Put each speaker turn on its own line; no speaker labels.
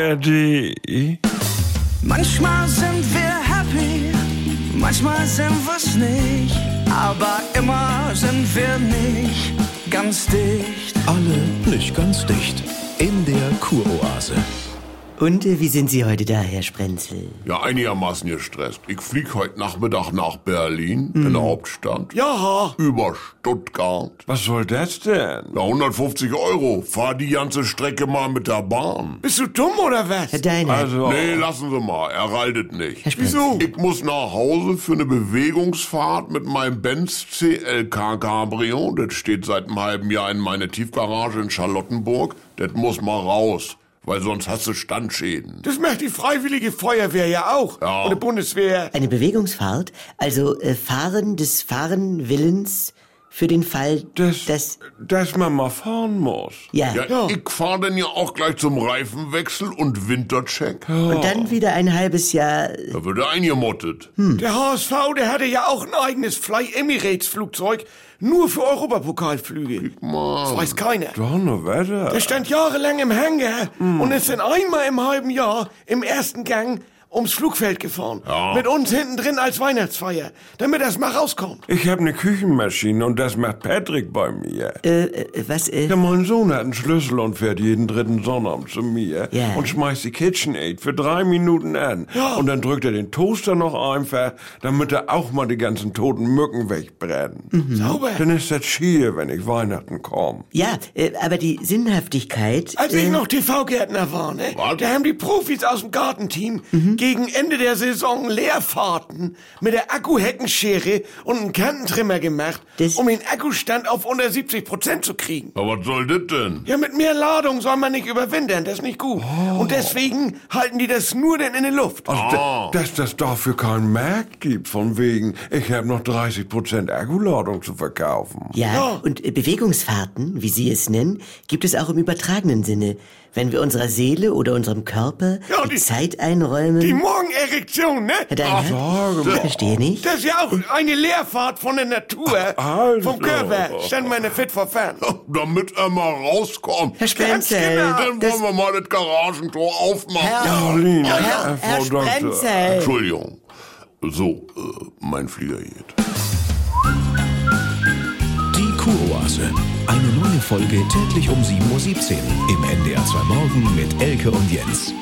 ARD.
Manchmal sind wir happy, manchmal sind wir's nicht, aber immer sind wir nicht ganz dicht.
Alle nicht ganz dicht. In der Kuroase.
Und äh, wie sind Sie heute da, Herr Sprenzel?
Ja, einigermaßen gestresst. Ich flieg heute Nachmittag nach Berlin, in der Hauptstadt.
Ja.
Über Stuttgart.
Was soll das denn?
Ja, 150 Euro. Fahr die ganze Strecke mal mit der Bahn.
Bist du dumm oder was?
Herr Deiner.
Also,
Nee, lassen Sie mal. Er reitet nicht.
Herr Sprenzel. Wieso?
Ich muss nach Hause für eine Bewegungsfahrt mit meinem Benz CLK Cabrio. Das steht seit einem halben Jahr in meiner Tiefgarage in Charlottenburg. Das muss mal raus, weil sonst hast du Standschäden.
das macht die Freiwillige Feuerwehr ja auch.
Ja.
Und die Bundeswehr.
Eine Bewegungsfahrt, also äh, Fahren des Fahrenwillens für den Fall,
Das,
dass...
dass man mal fahren muss.
Ja.
Ja, ich fahr denn ja auch gleich zum Reifenwechsel und Wintercheck.
Und dann wieder ein halbes Jahr... äh,
Da wird er eingemottet.
Hm.
Der HSV, der hatte ja auch ein eigenes Fly Emirates Flugzeug. Nur für Europapokalflüge. Das Oh, weiß keiner.
Donnerwetter.
Der stand jahrelang im Hangar
Hm.
und ist dann einmal im halben Jahr im ersten Gang ums Flugfeld gefahren. Mit uns hinten drin als Weihnachtsfeier, damit das mal rauskommt.
Ich habe eine Küchenmaschine und das macht Patrick bei mir.
äh, Was? Äh,
Ja, mein Sohn hat einen Schlüssel und fährt jeden dritten Sonnabend zu mir
Ja.
und schmeißt die KitchenAid für drei Minuten an. Und dann drückt er den Toaster noch einfach, damit er auch mal die ganzen toten Mücken wegbrennen.
Mhm. Sauber.
Dann ist das schier, wenn ich Weihnachten komme.
ja, äh, aber die Sinnhaftigkeit...
Als ich
Ähm.
äh,
noch TV-Gärtner war, ne?
Was?
Da haben die Profis aus dem Gartenteam
Mhm.
gegen Ende der Saison Leerfahrten mit der Akkuheckenschere und einem Kantentrimmer gemacht,
Das-
um den Akkustand auf unter 70 Prozent zu kriegen.
Aber was soll das denn?
Ja, mit mehr Ladung soll man nicht überwintern, das ist nicht gut. Und deswegen halten die das nur denn in der Luft. Ah.
Also, Oh. da- dass das dafür keinen Markt gibt, von wegen, ich habe noch 30% Akkuladung zu verkaufen.
Ja,
Ja.
und äh, Bewegungsfahrten, wie Sie es nennen, gibt es auch im übertragenen Sinne. Wenn wir unserer Seele oder unserem Körper
Ja, die-
die, Zeit einräumen.
Die Morgenerektion, ne?
Herr Deiner, ich verstehe nicht.
Das ist ja auch eine Leerfahrt von der Natur,
also.
vom Körper. Stand mal in der Fit for Fun.
Damit er mal rauskommt.
Herr Sprenzel,
Dann
das,
wollen wir mal das Garagentor aufmachen.
Caroline,
Herr, Herr
Frau Doktor.
Sprenzel.
Entschuldigung. So, äh, mein Flieger geht.
Die Kuroase. Eine neue Folge täglich um 7.17 Uhr im NDR 2 Morgen mit Elke und Jens.